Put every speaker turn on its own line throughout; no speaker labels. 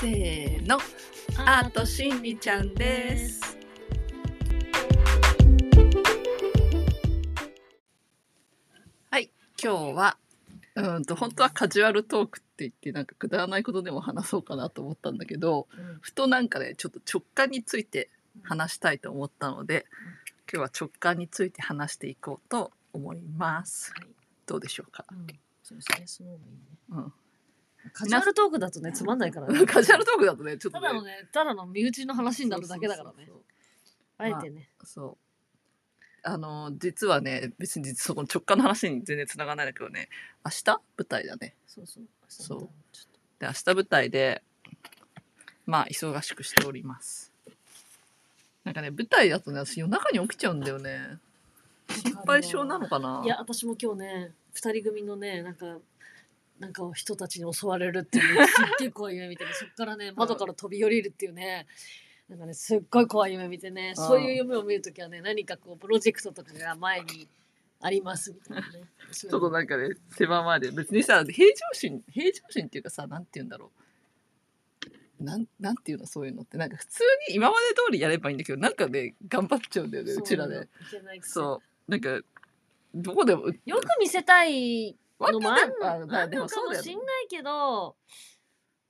せーのアートしんりちゃんですはい今日はうんと本当はカジュアルトークって言ってなんかくだらないことでも話そうかなと思ったんだけどふとなんかねちょっと直感について話したいと思ったので今日は直感について話していこうと思います
はい
どうでしょうか、
うんそうですね、その方がいいね。
うん、
カジュアルトークだとね、つまんないからね。
カジュアルトークだとねちょったと
だの
ね
ね、ただの身内の話になるだけだからね
そうそうそう。
あえてね。
そう。あの実はね別にその直感の話に全然つながらないんだけどね明日舞台だね
そうそう。
そう
なんだちょっ
で明日舞台でまあ忙しくしておりますなんかね舞台だとね私夜中に起きちゃうんだよね
と
心配性なのかない
や、私も今日ね、二人組のね、なんか。なんか人たちに襲われるっていうすっげえ怖い夢見てねそっからね窓から飛び降りるっていうねなんかねすっごい怖い夢見てねそういう夢を見るときはね何かこうプロジェクトとかが前にありますみたいなねち
ちょっとなんかね狭まりで別にさ平常心平常心っていうかさなんて言うんだろうなんなんていうのそういうのってなんか普通に今まで通りやればいいんだけどなんかね頑張っちゃうんだよねうちらね。そうなんかどこでも
よく見せたい
わけ
の
で
も
も
あんの
あ
あんのか
まあでもそう
も
だよ
し
ね
んないけど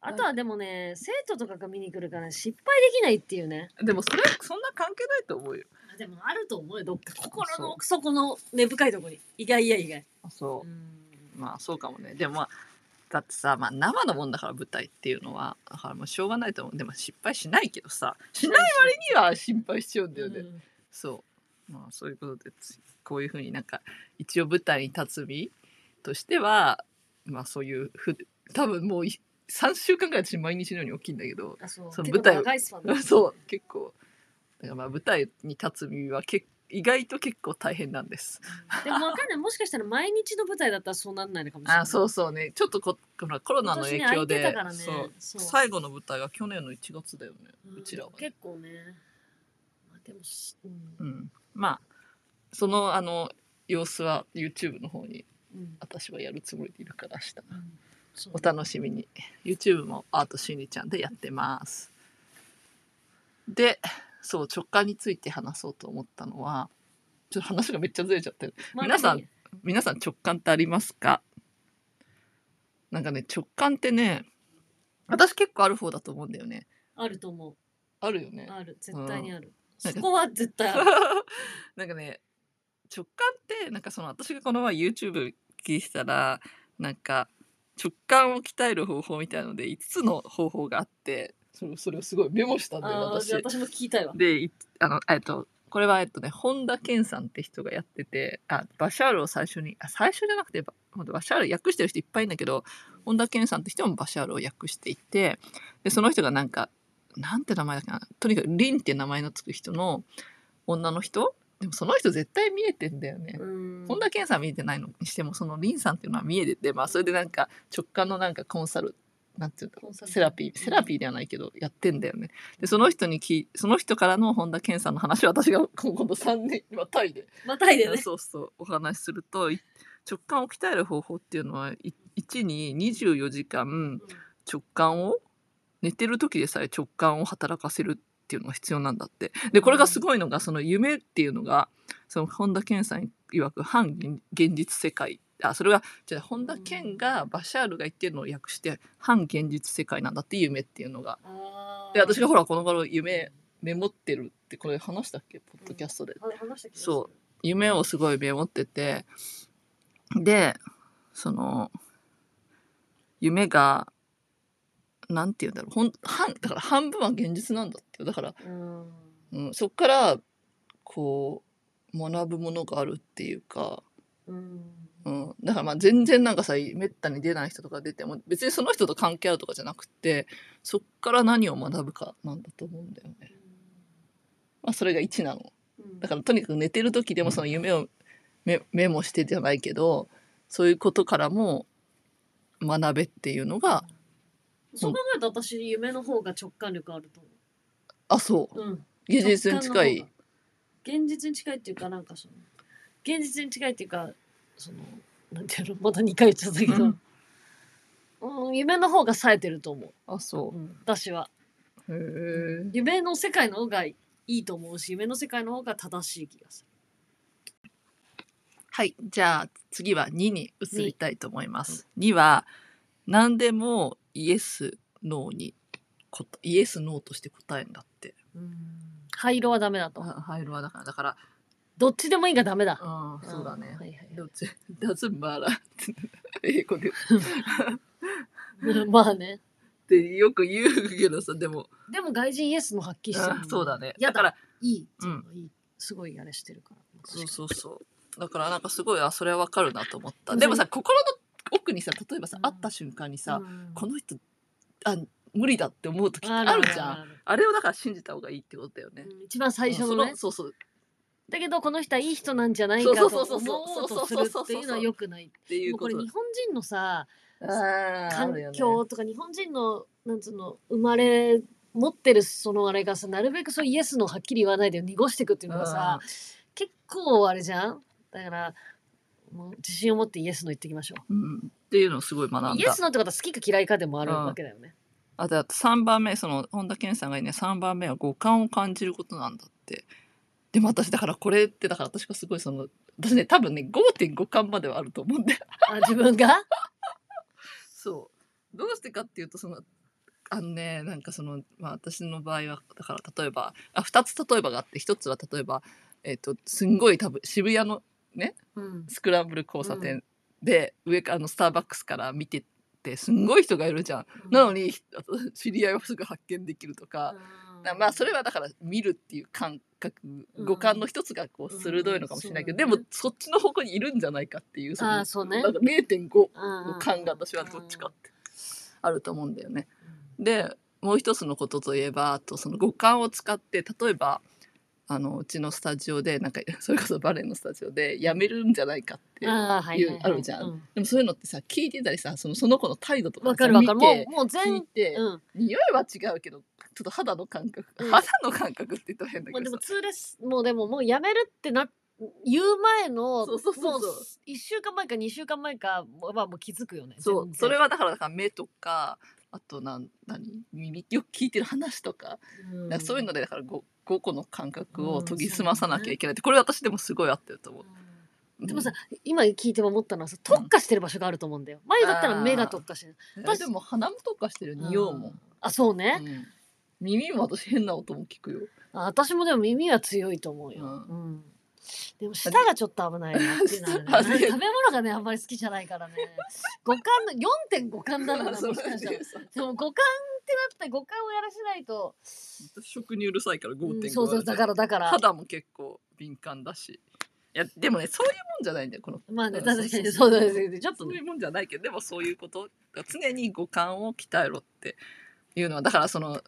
あとはでもね生徒とかが見に来るから失敗できないっていうね
でもそれそんな関係ないと思うよ
でもあると思うよどっか心
そう
の奥底の根深いところに意外や意外
そううんまあそうかもねでもまあだってさ、まあ、生のもんだから舞台っていうのはだからもうしょうがないと思うでも失敗しないけどさしない割には心配しちゃうんだよね、
うん
そうまあそういうことでつこういうふうになんか一応舞台に立つ身としてはまあそういうふ多分もうい3週間ぐらい私毎日のように起きんだけど
あそう
そう
結
舞
構
台を
長いスパン
そう結構だからまあ舞台に立つ身はけ意外と結構大変なんです。
うんでもわかんないもしかしたら毎日の舞台だったらそうなんないのかもしれない
あそうそうねちょっとこほらコロナの影響で、
今年ね空いてた
そ
から
う
ねそう
最後の舞台が去年の1月だよねうちらは
ん、結構ねまあでもしうん
うん、まあそのあの様子は YouTube の方に
うん
私はやるつもりでいるから明日
うんそう
お楽しみに YouTube もアートしんりちゃんでやってますでそう直感について話そうと思ったのはちょっと話がめっちゃずれちゃってる
まあ
皆さん
でも
皆さん直感ってありますかなんかね直感ってね私結構ある方だと思うんだよね
あると思う
あるよね
ある絶対にある、
うん
そこは絶対ある
なんかね直感ってなんかその私がこの前 YouTube 聞いてたらなんか直感を鍛える方法みたいので5つの方法があってそれそれをすごいメモしたんだよ
あー
私
じゃあ。私も聞きたいわ
でいあのえっとこれはえっとね本田健さんって人がやっててあバシャールを最初にあ最初じゃなくてバほんとバシャール訳してる人いっぱいいるんだけど本田健さんって人もバシャールを訳していてでその人がなんかなんて名前だっけなとにかくリンって名前のつく人の女の人でもその人絶対見えてんだよね。本
本
田健さんは見えてないのにしてもそのリンさんっていうのは見えてて、まあ、それでなんか直感のなんかコンサルなんていうんだろ
コンサ
う
ル
セラピーセラピーではないけどやってんだよねでその人にきその人からの本田健さんの話を私が 今度3年今タイで
またいでね
そうそうお話しするとい直感を鍛える方法っていうのは1に24時間直感を寝てる時でさえ直感を働かせるっていうのが必要なんだってでこれがすごいのがその夢っていうのがその本田健さん曰く反現現実世界あそれがじゃあ本田健がバシャールが言ってるのを訳して反現実世界なんだって夢っていうのがで私がほ
ら
らこの頃夢メモってるってこれ話したっけポッドキャストで
話した気がする
そう夢をすごいメモっててでその夢がなんて言うんだろうほん半だから半分は現実なんだってよだから、
うん
うん、そっからこう学ぶものがあるっていうか、
うん
うん、だからまあ全然なんかさめったに出ない人とか出ても別にその人と関係あるとかじゃなくてそっから何を学ぶかなんだと思うんだよね。まあ、それが1なの。
うん
だからとにかく寝てる時でもその夢をメメモしてじゃないけどそういうことからも学べっていうのが
そう考えたら私夢の方が直感力あると思
あそう
う、うん、
現実に近
直
い
感の方が現実に近いっていうかなんかその現実に近いっていうかそのなんていうのまた2回言っちゃったけど、
うん
うん、夢の方が冴えてると思
あ
う、
そ
うん、私は
うへえ
夢の世界の方がいいと思うし夢の世界の方が正しい気がす
はいじゃあ次は2に移りたいと思います2は何でもイエスノーにこイエスノーとして答えんだって
る、うん、灰色はダメだと
あ入るわだからだから
どっちでもいいがダメだ、
うんそうだ
ん
ね
はいはい
どっち doesn't matter 英語でっ
うんまあね
てよく言うけどさでも
でも外人イエスもはっきりしてるもん
あそうだね
や
だ
だ
から
いいっていうのはいい、すごいあれしてるから
そうそうそうだからなんかすごいあそれはわかるなと思った
うん
でもさ心の奥にさ例えばさ
うん
会った瞬間にさ、
うん
この人あ無理だって思う時ってあるじゃんあ
ある
れをだから信じた方がいいってことだよね、
うん一番最初のね
うんそのそうそう
だけどこの人はいい人なんじゃないかと
そう
思
そうそう
おうとするっていうのは良くない
っていう
もうこ
こ
れ
と
日本人のさ
あーあ
環
るよね
境とか日本人のなんつうの生まれ持ってるそのあれがさなるべくそうイエスのはっきり言わないで濁していくっていうのがさ結構あれじゃんだからもう自信を持ってイエスの言ってきましょう
うん、うんっていうのをすごい学んだ
イエスのってことは好きか嫌いかでもあるわけだよね、
あとあと3番目その本田健さんが言うね3番目は五感を感じることなんだってでも私だからこれってだから私がすごいその私ね多分ね5.5巻まではあると思うんだよ
あ自分が
そうどうしてかっていうとそのあのねなんかその、まあ、私の場合はだから例えばあ2つ例えばがあって1つは例えば、えっとすんごい多分渋谷の
うん
スクランブル交差点で、上からあのスターバックスから見ててすんごい人がいるじゃん。なのにあと知り合いをすぐ発見できるとか。だまあそれ
は
はだから見るっていう感覚
うん
五感の一つがこう鋭いのかもしれないけど、
うんそうだね
でもそっちの方向にいるんじゃないかっていうそ
あ
の
ーそうね
なんか0.5の
感
感が私はどっちかってあると思うんだよね。でもう一つのことといえばあとその五感を使って例えばあのうちのスタジオでなんかそれこそバレエのスタジオでやめるんじゃないかって
あーはいはいはい
あるじゃん
う
でもそういうのってさ聞いてたりさそのその子の態度とか
わ
さ
かるわかる
見
も
て
うもう
聞
全
いて、
うん
匂いは違うけどちょっと肌の感覚、
うん
肌の感覚って言ったら変だ
まあ
けど
で
さ
も、ツーレスもうでももうやめるってな言う前の
そうそうそうそう
も1週間前か2週間前かはもう気づくよね
そう
全然
それはだからだから目とかあとなん何耳よく聞いてる話とか,、
うん
そういうのでだから 5, 5個の感覚
う
を
ん
研ぎ澄まさなきゃいけないって、これ私でもすごい合ってると思う。
うんでもさ、今聞いて思ったのはさ特化してる場所があると思うんだよ前だったら目が特化してる
うん、
私
私でも鼻もとかしてる匂いも、
あそうね
う、ん耳も私変な音も聞くよ。
あ私もでも耳は強いと思うよ、
う
うんでも舌がちょっと危ないなっていうのはね
あ
食
で
べ物がねあんまり好きじゃないからね五感の4.5感だからな
そう
もしかしたら
そう
でも五感ってなって五感をやらせないと、
私食にうるさいから5.5、
うんそうそうだからだから
肌も結構敏感だし。いやでもねそういうもんじゃないんだよこの
まあね
うん
確かにそ
そうう
だ
そうそう
ねちょっと
そうい
ね
うもんじゃないけどでもそういうことだから常に五感を鍛えろっていうのはだからその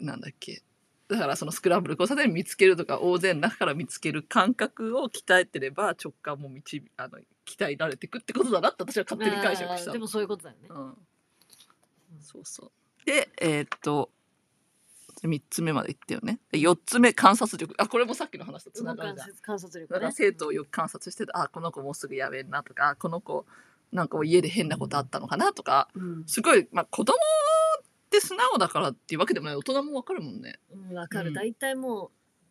なんだっけだからそのスクランブル交差点見つけるとか大勢の中から見つける感覚を鍛えてれば直感も導あの鍛えられていくってことだなって私は勝手に解釈し
あ
た
ーで
の。
もそういうことだよね、
うん、そうそうでえーっと3つ目までいったよねで4つ目観察力あこれもさっきの話とつな
動
がる
か
じゃん
す観察力
だか
ね
ら生徒をよく観察しててあこの子もうすぐやめんなとかあこの子なんか家で変なことあったのかなとか
うん、
すごい、まあ、子供って素直だからっていうわけでもない大人もわかるもんね。
うん、わかる、
うん
大体もう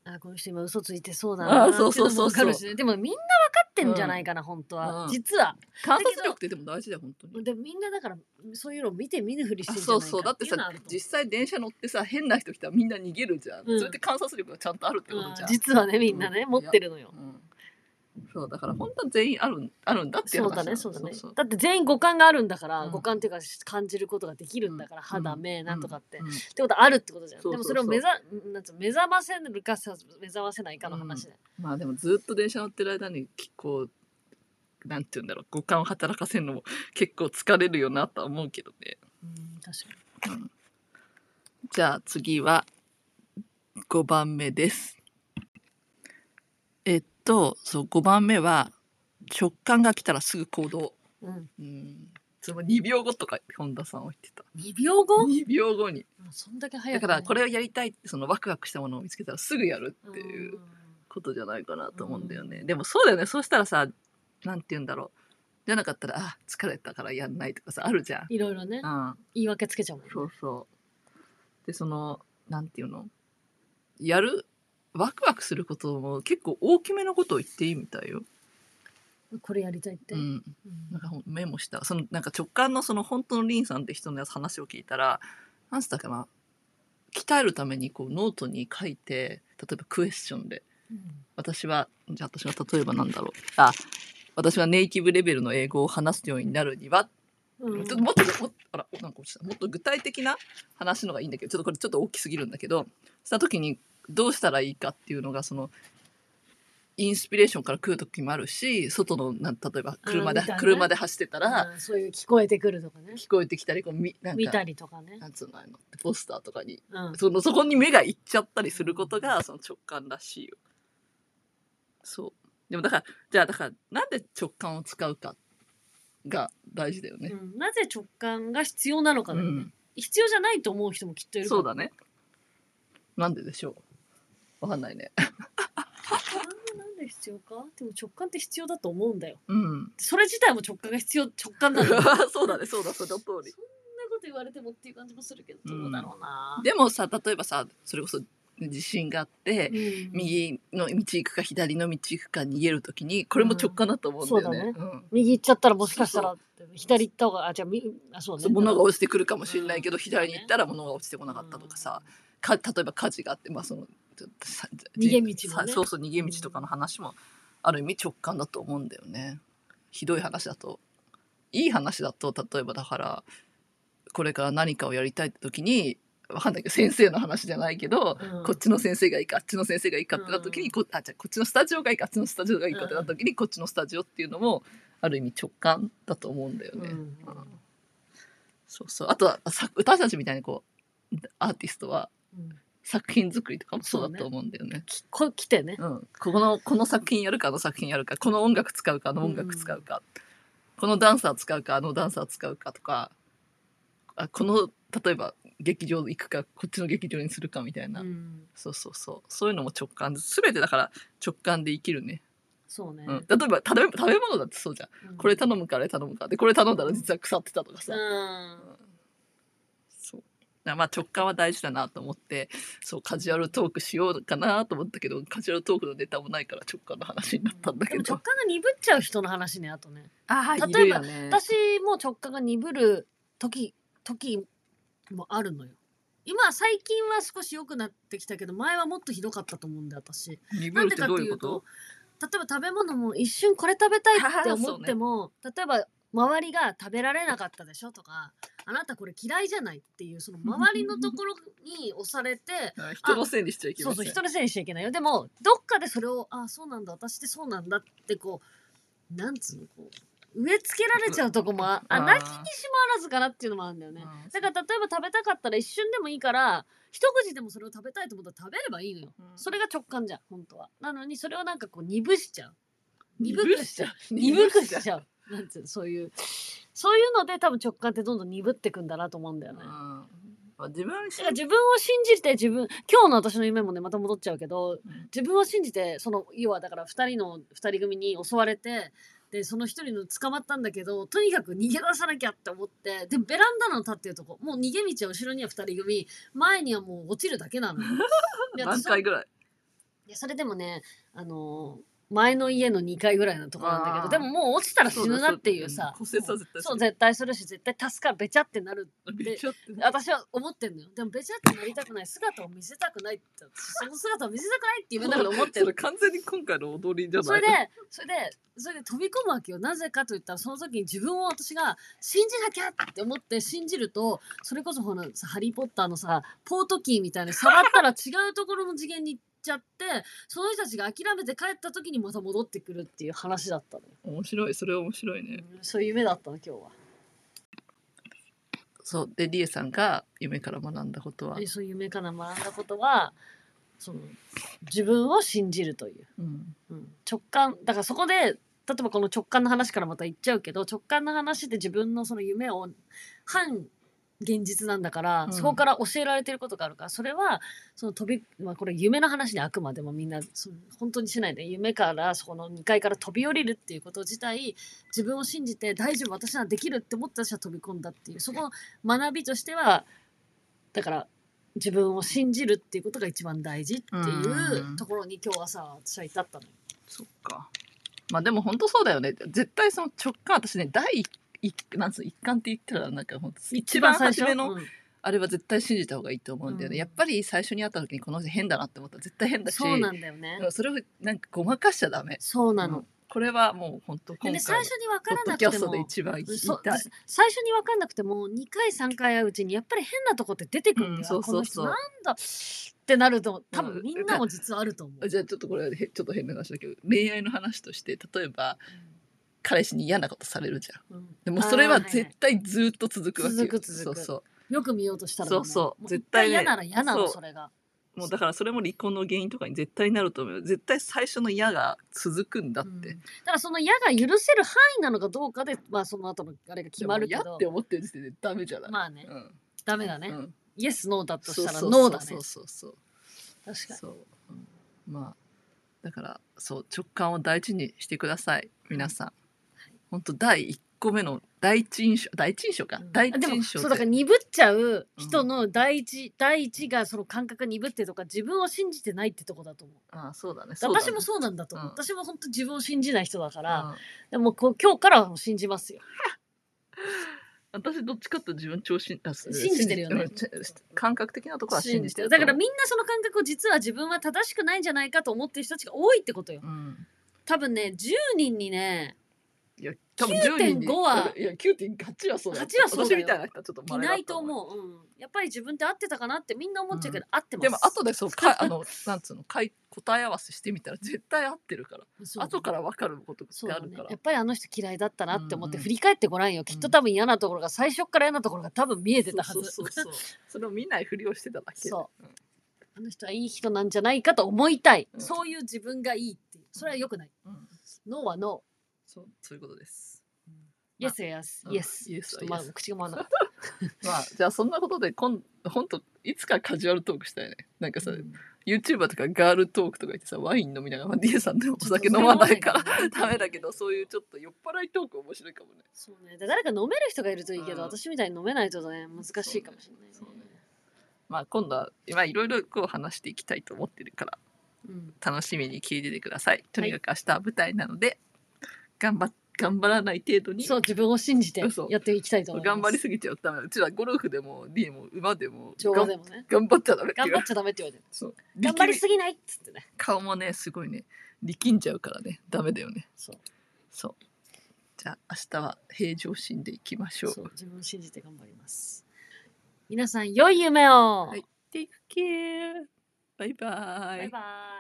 あこの人今嘘ついてそうだなっ
あー
てい
そうそう
のも
そう
わ
そう
かるしねでもみんなわかってんじゃないかな、本当は、
うん
実は
観察力ってでも大事だよ本当に。
でもみんなだからそういうのを見て見ぬふりし
あ
てんじ
そう
ゃないか
そうだってさ
実
実際電車乗ってさ変な人来たらみんな逃げるじゃん、
うん
それって観察力がちゃんとあるってことじゃん、
実はねみんなね、
うん
持ってるのよ
うんそうだから本当は全員あるんあるんだっていう
そう
話な
だ
の
ねそうだね
そう
だって全員五感があるんだから、
うん
五感っていうか感じることができるんだから、
うん
肌
うん
目なんとかって、
うん
ってことはあるってことじゃん。
そうそうそう
でもそれを目ざなんつうの目覚ませるかさ目覚ませないかの話で。
まあでもずっと電車乗ってる間にこうなんて言うんだろう五感を働かせるのも結構疲れるよなとは思うけどね。
うん、確かに。
うんじゃあ次は5番目です。えっとそう5番目は直感が来たらすぐ行動。
うん、
うんその2秒後とか本田さんは言ってた
2秒後
2秒後に
そんだけ早
だ
くね、
からこれをやりたいってそのワクワクしたものを見つけたらすぐやるっていう
うん。
ことじゃないかなと思うんだよね、でもそうだよねそうしたらさなんて言うんだろうじゃなかったらあ疲れたからやんないとかさあるじゃん。
いろいろね
うん、
言い訳つけちゃうもんね
そうそう。でそのなんていうのやるワクワクすることも結構大きめのことを言っていいみたいよ。
これやりたいって、
うん、
うん
なんかほんメモしたそのなんか直感のその本当のリンさんって人のやつ話を聞いたらなんつったかな鍛えるためにこうノートに書いて例えばクエスチョンで
うん
私はじゃあ私は例えばなんだろうあ私はネイティブレベルの英語を話すようになるには、
うん
ちょっともっともっとあらなんか落ちたもっと具体的な話のがいいんだけどちょっとこれちょっと大きすぎるんだけどした時にどうしたらいいかっていうのがそのインスピレーションから来る時もあるし外のなん例えば車で、
あーみたいなね
車で走ってたら、
うんそういう聞こえてくるとかね
聞こえてきたりこうみなん
見
か
たりとかね、
なんつうのあのポスターとかに
うん、
そのそこに目がいっちゃったりすることがその直感らしいよ。そうでもだからじゃあだからなんで直感を使うかが大事だよね。
うんなぜ直感が必要なのかだよね、
うん
必要じゃないと思う人もきっといるから
そうだね。なんででしょうわかんないね。
直感がなんで必要かでも直感って必要だと思うんだよ
うん。
それ自体も直感が必要直感なんだよそんな こ
そうだねそうだその通り。
と言われてもっていう感じもするけどどうだろうな、
でもさ例えばさそれこそ自信があって
うん
右の道行くか左の道行くか逃げるときにこれも直感だと思うんだよね。
うん
うん
右行っちゃったらもしかしたら左行った方があじゃあみあそうね
そう物が落ちてくるかもしれないけど、
うん
左に行ったら物が落ちてこなかったとかさ、か例えば火事があってまあそのちょっとさ
逃げ道もね
さそうそう逃げ道とかの話もある意味直感だと思うんだよね。ひどい話だといい話だと例えばだからこれから何かをやりたいって時にわかんないけど先生の話じゃないけど、
うん
こっちの先生がいいかあっちの先生がいいかってなった時に、
うん
こあじゃあこっちのスタジオがいいかあっちのスタジオがいいかってなった時に、こっちのスタジオっていうのもある意味直感だと思うんだよ
うん
ね。
うん
そうそうあとはさ私たちみたいにこうアーティストは
うん
作品作りとかもそうだと思うんだよね。
きこ来てね
うん、ここのこの作品やるかあの作品やるかこの音楽使うかあの音楽使うか、このダンサー使うかあのダンサー使うかとかあこの例えば劇場行くかこっちの劇場にするかみたいな、
うん
そうそうそうそういうのも直感です全てだから直感で生きるね、
そうね、
うん、例えば食べ食べ物だってそうじゃん
うん
これ頼むから頼むからでこれ頼んだら実は腐ってたとかさ、
うん
そうだからまあ直感は大事だなと思ってそうカジュアルトークしようかなと思ったけどカジュアルトークのネタもないから直感の話になったんだけ
でも直
ど、
感が鈍っちゃう人の話ねあとね
あ
ー
例えばね
私も直感が鈍る時時もあるのよ今最近は少し良くなってきたけど前はもっとひどかったと思うんで私な
鈍る
ん
って
でか
ど
っ
う
て
い
いうう
こと
と例えば食べ物も一瞬これ食べたいって思っても、例えば周りが食べられなかったでしょとかあなたこれ嫌いじゃないっていうその周りのところに押されて
あ人のせいにしちゃいけ
そ
ま
う
せ
そ
ん
う人のせいにしちゃいけないよでもどっかでそれをあそうなんだ私ってそうなんだってこうなんつうのこう植え付けられちゃうとこもああ
あー
なきにしもあらずかなっていうのもあるんだよね
うん
だから例えば食べたかったら一瞬でもいいから一口でもそれを食べたいと思ったら食べればいいのよ
うん
それが直感じゃん本当はなのにそれをなんかこう鈍しちゃう鈍
鈍
く
しちゃう
鈍くし
鈍
ちゃうなんつうのそういうそういうので多分直感ってどんどん鈍ってくんだなと思うんだよ
うん
ね、
まあ自分は
だから自分を信じて自分今日の私の夢もねまた戻っちゃうけ
う
ど
ん
自分を信じてその要はだから2人の2人組に襲われてでその1人の捕まったんだけどとにかく逃げ出さなきゃって思ってでベランダの立ってるとこもう逃げ道は後ろには2人組前にはもう落ちるだけなのよいや
何
それ
回ぐらい
いやそれでもねあのー前の家の2階ぐらいのところなんだけ
あ
ど
ー
でももう落ちたら死ぬなっていうさ
そうだそうだうん骨折は絶対す
そう
る
絶対するし絶対助かるべちゃってなる
びちょってな
私は思ってんのよでもべちゃってなりたくない姿を見せたくないってその姿を見せたくないって言う中で思って
それ
る
完全に今回の踊りじゃない
それでそれでそれで飛び込むわけよなぜかと言ったらその時に自分を私が信じなきゃって思って信じるとそれこそほらさ「ハリー・ポッター」のさポートキーみたいに触ったら違うところの次元に行っちゃってその人たちが諦めて帰った時にまた戻ってくるっていう話だったのよ、
面白いそれは面白いね、
うんそういう夢だったの今日は
そうでリエさんが夢から学んだことは
えそういう夢から学んだことはその自分を信じるという
うん
うん直感だからそこで例えばこの直感の話からまた言っちゃうけど直感の話で自分のその夢を反現実なんだから、
うん
そこから教えられてることがあるからそれはその飛び、まあ、これ夢の話であくまでもみんなその本当にしないで夢からそこの2階から飛び降りるっていうこと自体自分を信じて大丈夫私ならできるって思って私は飛び込んだっていうそこの学びとしてはだから自分を信じるっていうことが一番大事っていううんところに今日朝私は至ったのよ。
そっか。まあでも本当そうだよね。絶対その直感、私ね、第一一なんつうの一環って言ったらなんか本当一番初めの
うん
あれは絶対信じた方がいいと思うんだよね。
うん
やっぱり最初に会った時にこの人変だなって思ったら絶対変だし、
そうなんだよね
で。もそれをなんかごまかしちゃダメ。
そうなの。
これはもう本当
で
今
ね、
回の
最初に分
ポ
か
ッ
ら
ド
な
キャ
くて
ストで
も
一番言い
そう
たい。
最初に分かんなくても2回3回会ううちにやっぱり変なとこって出てくるんだよ、
うんそう
こ
そ
の
う
人
そう
なんだってなると多分みんなも実はあると思う、
じゃあちょっとこれはへちょっと変な話だけど恋愛の話として例えば彼氏に嫌なことされるじゃん
うん
でもそれは
あーい
絶対ずっと続くわけよ
続く続く
そうそ
よく見ようとしたら、ね、
そうそう
も一
絶対ね
回嫌なら嫌なの
そう
それが
うもうだからそれも離婚の原因とかに絶対なると思うよ絶対最初の嫌が続くんだっ
うん
て、
だからその嫌が許せる範囲なのかどうかでまあその後のあれが決まる
で
け
も嫌
ど
って思ってる時点でダメじゃない、
まあね、
うん
ダメだね、
うん
イエスノーだと
そ
し
う
たら
そう
ノーだね
そうそうそう
確かに
そう、うんまあだからそう直感を大事にしてください皆さん、本当第一個目の第一印象第一印象か、
うん
第一
でも
印象
そうだから
で
鈍っちゃう人の第一、第一がその感覚が鈍ってるとか自分を信じてないってとこだと思う
ああそうだねそうだね
私もそうなんだと思う、
うん
私も本当自分を信じない人だから、
うん
でもこう今日からはもう信じますよ
私どっちかっていうと自分調子あす
信じてるよ
う
ね
んち感覚的なところは信じてる
だからみんなその感覚を実は自分は正しくないんじゃないかと思ってる人たちが多いってことよ
うん
多分ね10人にね
いや多分10人に
9.5はい
や9.8はそうだよ
8はそう
私
だよ
みたいな人はちょっと
い
稀だ
ないと思う、うん、やっぱり自分って合ってたかなってみんな思っちゃうけど、合ってます
でも後でそう かあのなんつうのかい答え合わせしてみたら絶対合ってるから、
そう
後から分かることってある
そう
か
だね
ら、
やっぱりあの人嫌いだったなって思っ
うん
て
うん
振り返ってごらんよ、きっと多分嫌なところが最初から嫌なところが多分見えてたはず
そうそう そうそうそれを見ないふりをしてただけ、
そう
ん
あの人はいい人なんじゃないかと思いたい、
うん
そういう自分がいいっていうそれは良くない
うん
ノーはノ
そうそういうことです
ーイエスイエス
うん
イエス
Yes
ちょっとまあ
Yes
口が回らなかっ
まあじゃあそんなことで今本当いつかカジュアルトークしたよねなんか
た
さ、YouTuber とかガールトークとか言ってさワイン飲みながら、まあ、D さんでもお酒飲まないから
ちょっと
ダメだけどそういうちょっと酔っ払いトーク面白いかもね
そうねで誰か飲める人がいるといいけど、
うん
私みたいに飲めないとね難しいかもしれないね
そうねまあ今度はまあいろいろこう話していきたいと思ってるから
うん
楽しみに聞いててくださいとにかく明日は舞台なので、頑張頑張らない程度に
そう自分を信じて
そう
やっていきたいと思います
頑張りすぎちゃうためうちらゴルフでも D も馬でも
調和でもね
頑張っちゃダメってい
頑
う
張っちゃダメって言われてる
そう
頑張りす
力
ぎないっつってね
み顔もねすごいね力んじゃうからねダメだよね
そう
そうじゃあ明日は平常心でいきましょう
そう自分を信じて頑張ります皆さん良い夢を、
はい Take care. Bye bye.
バイバイ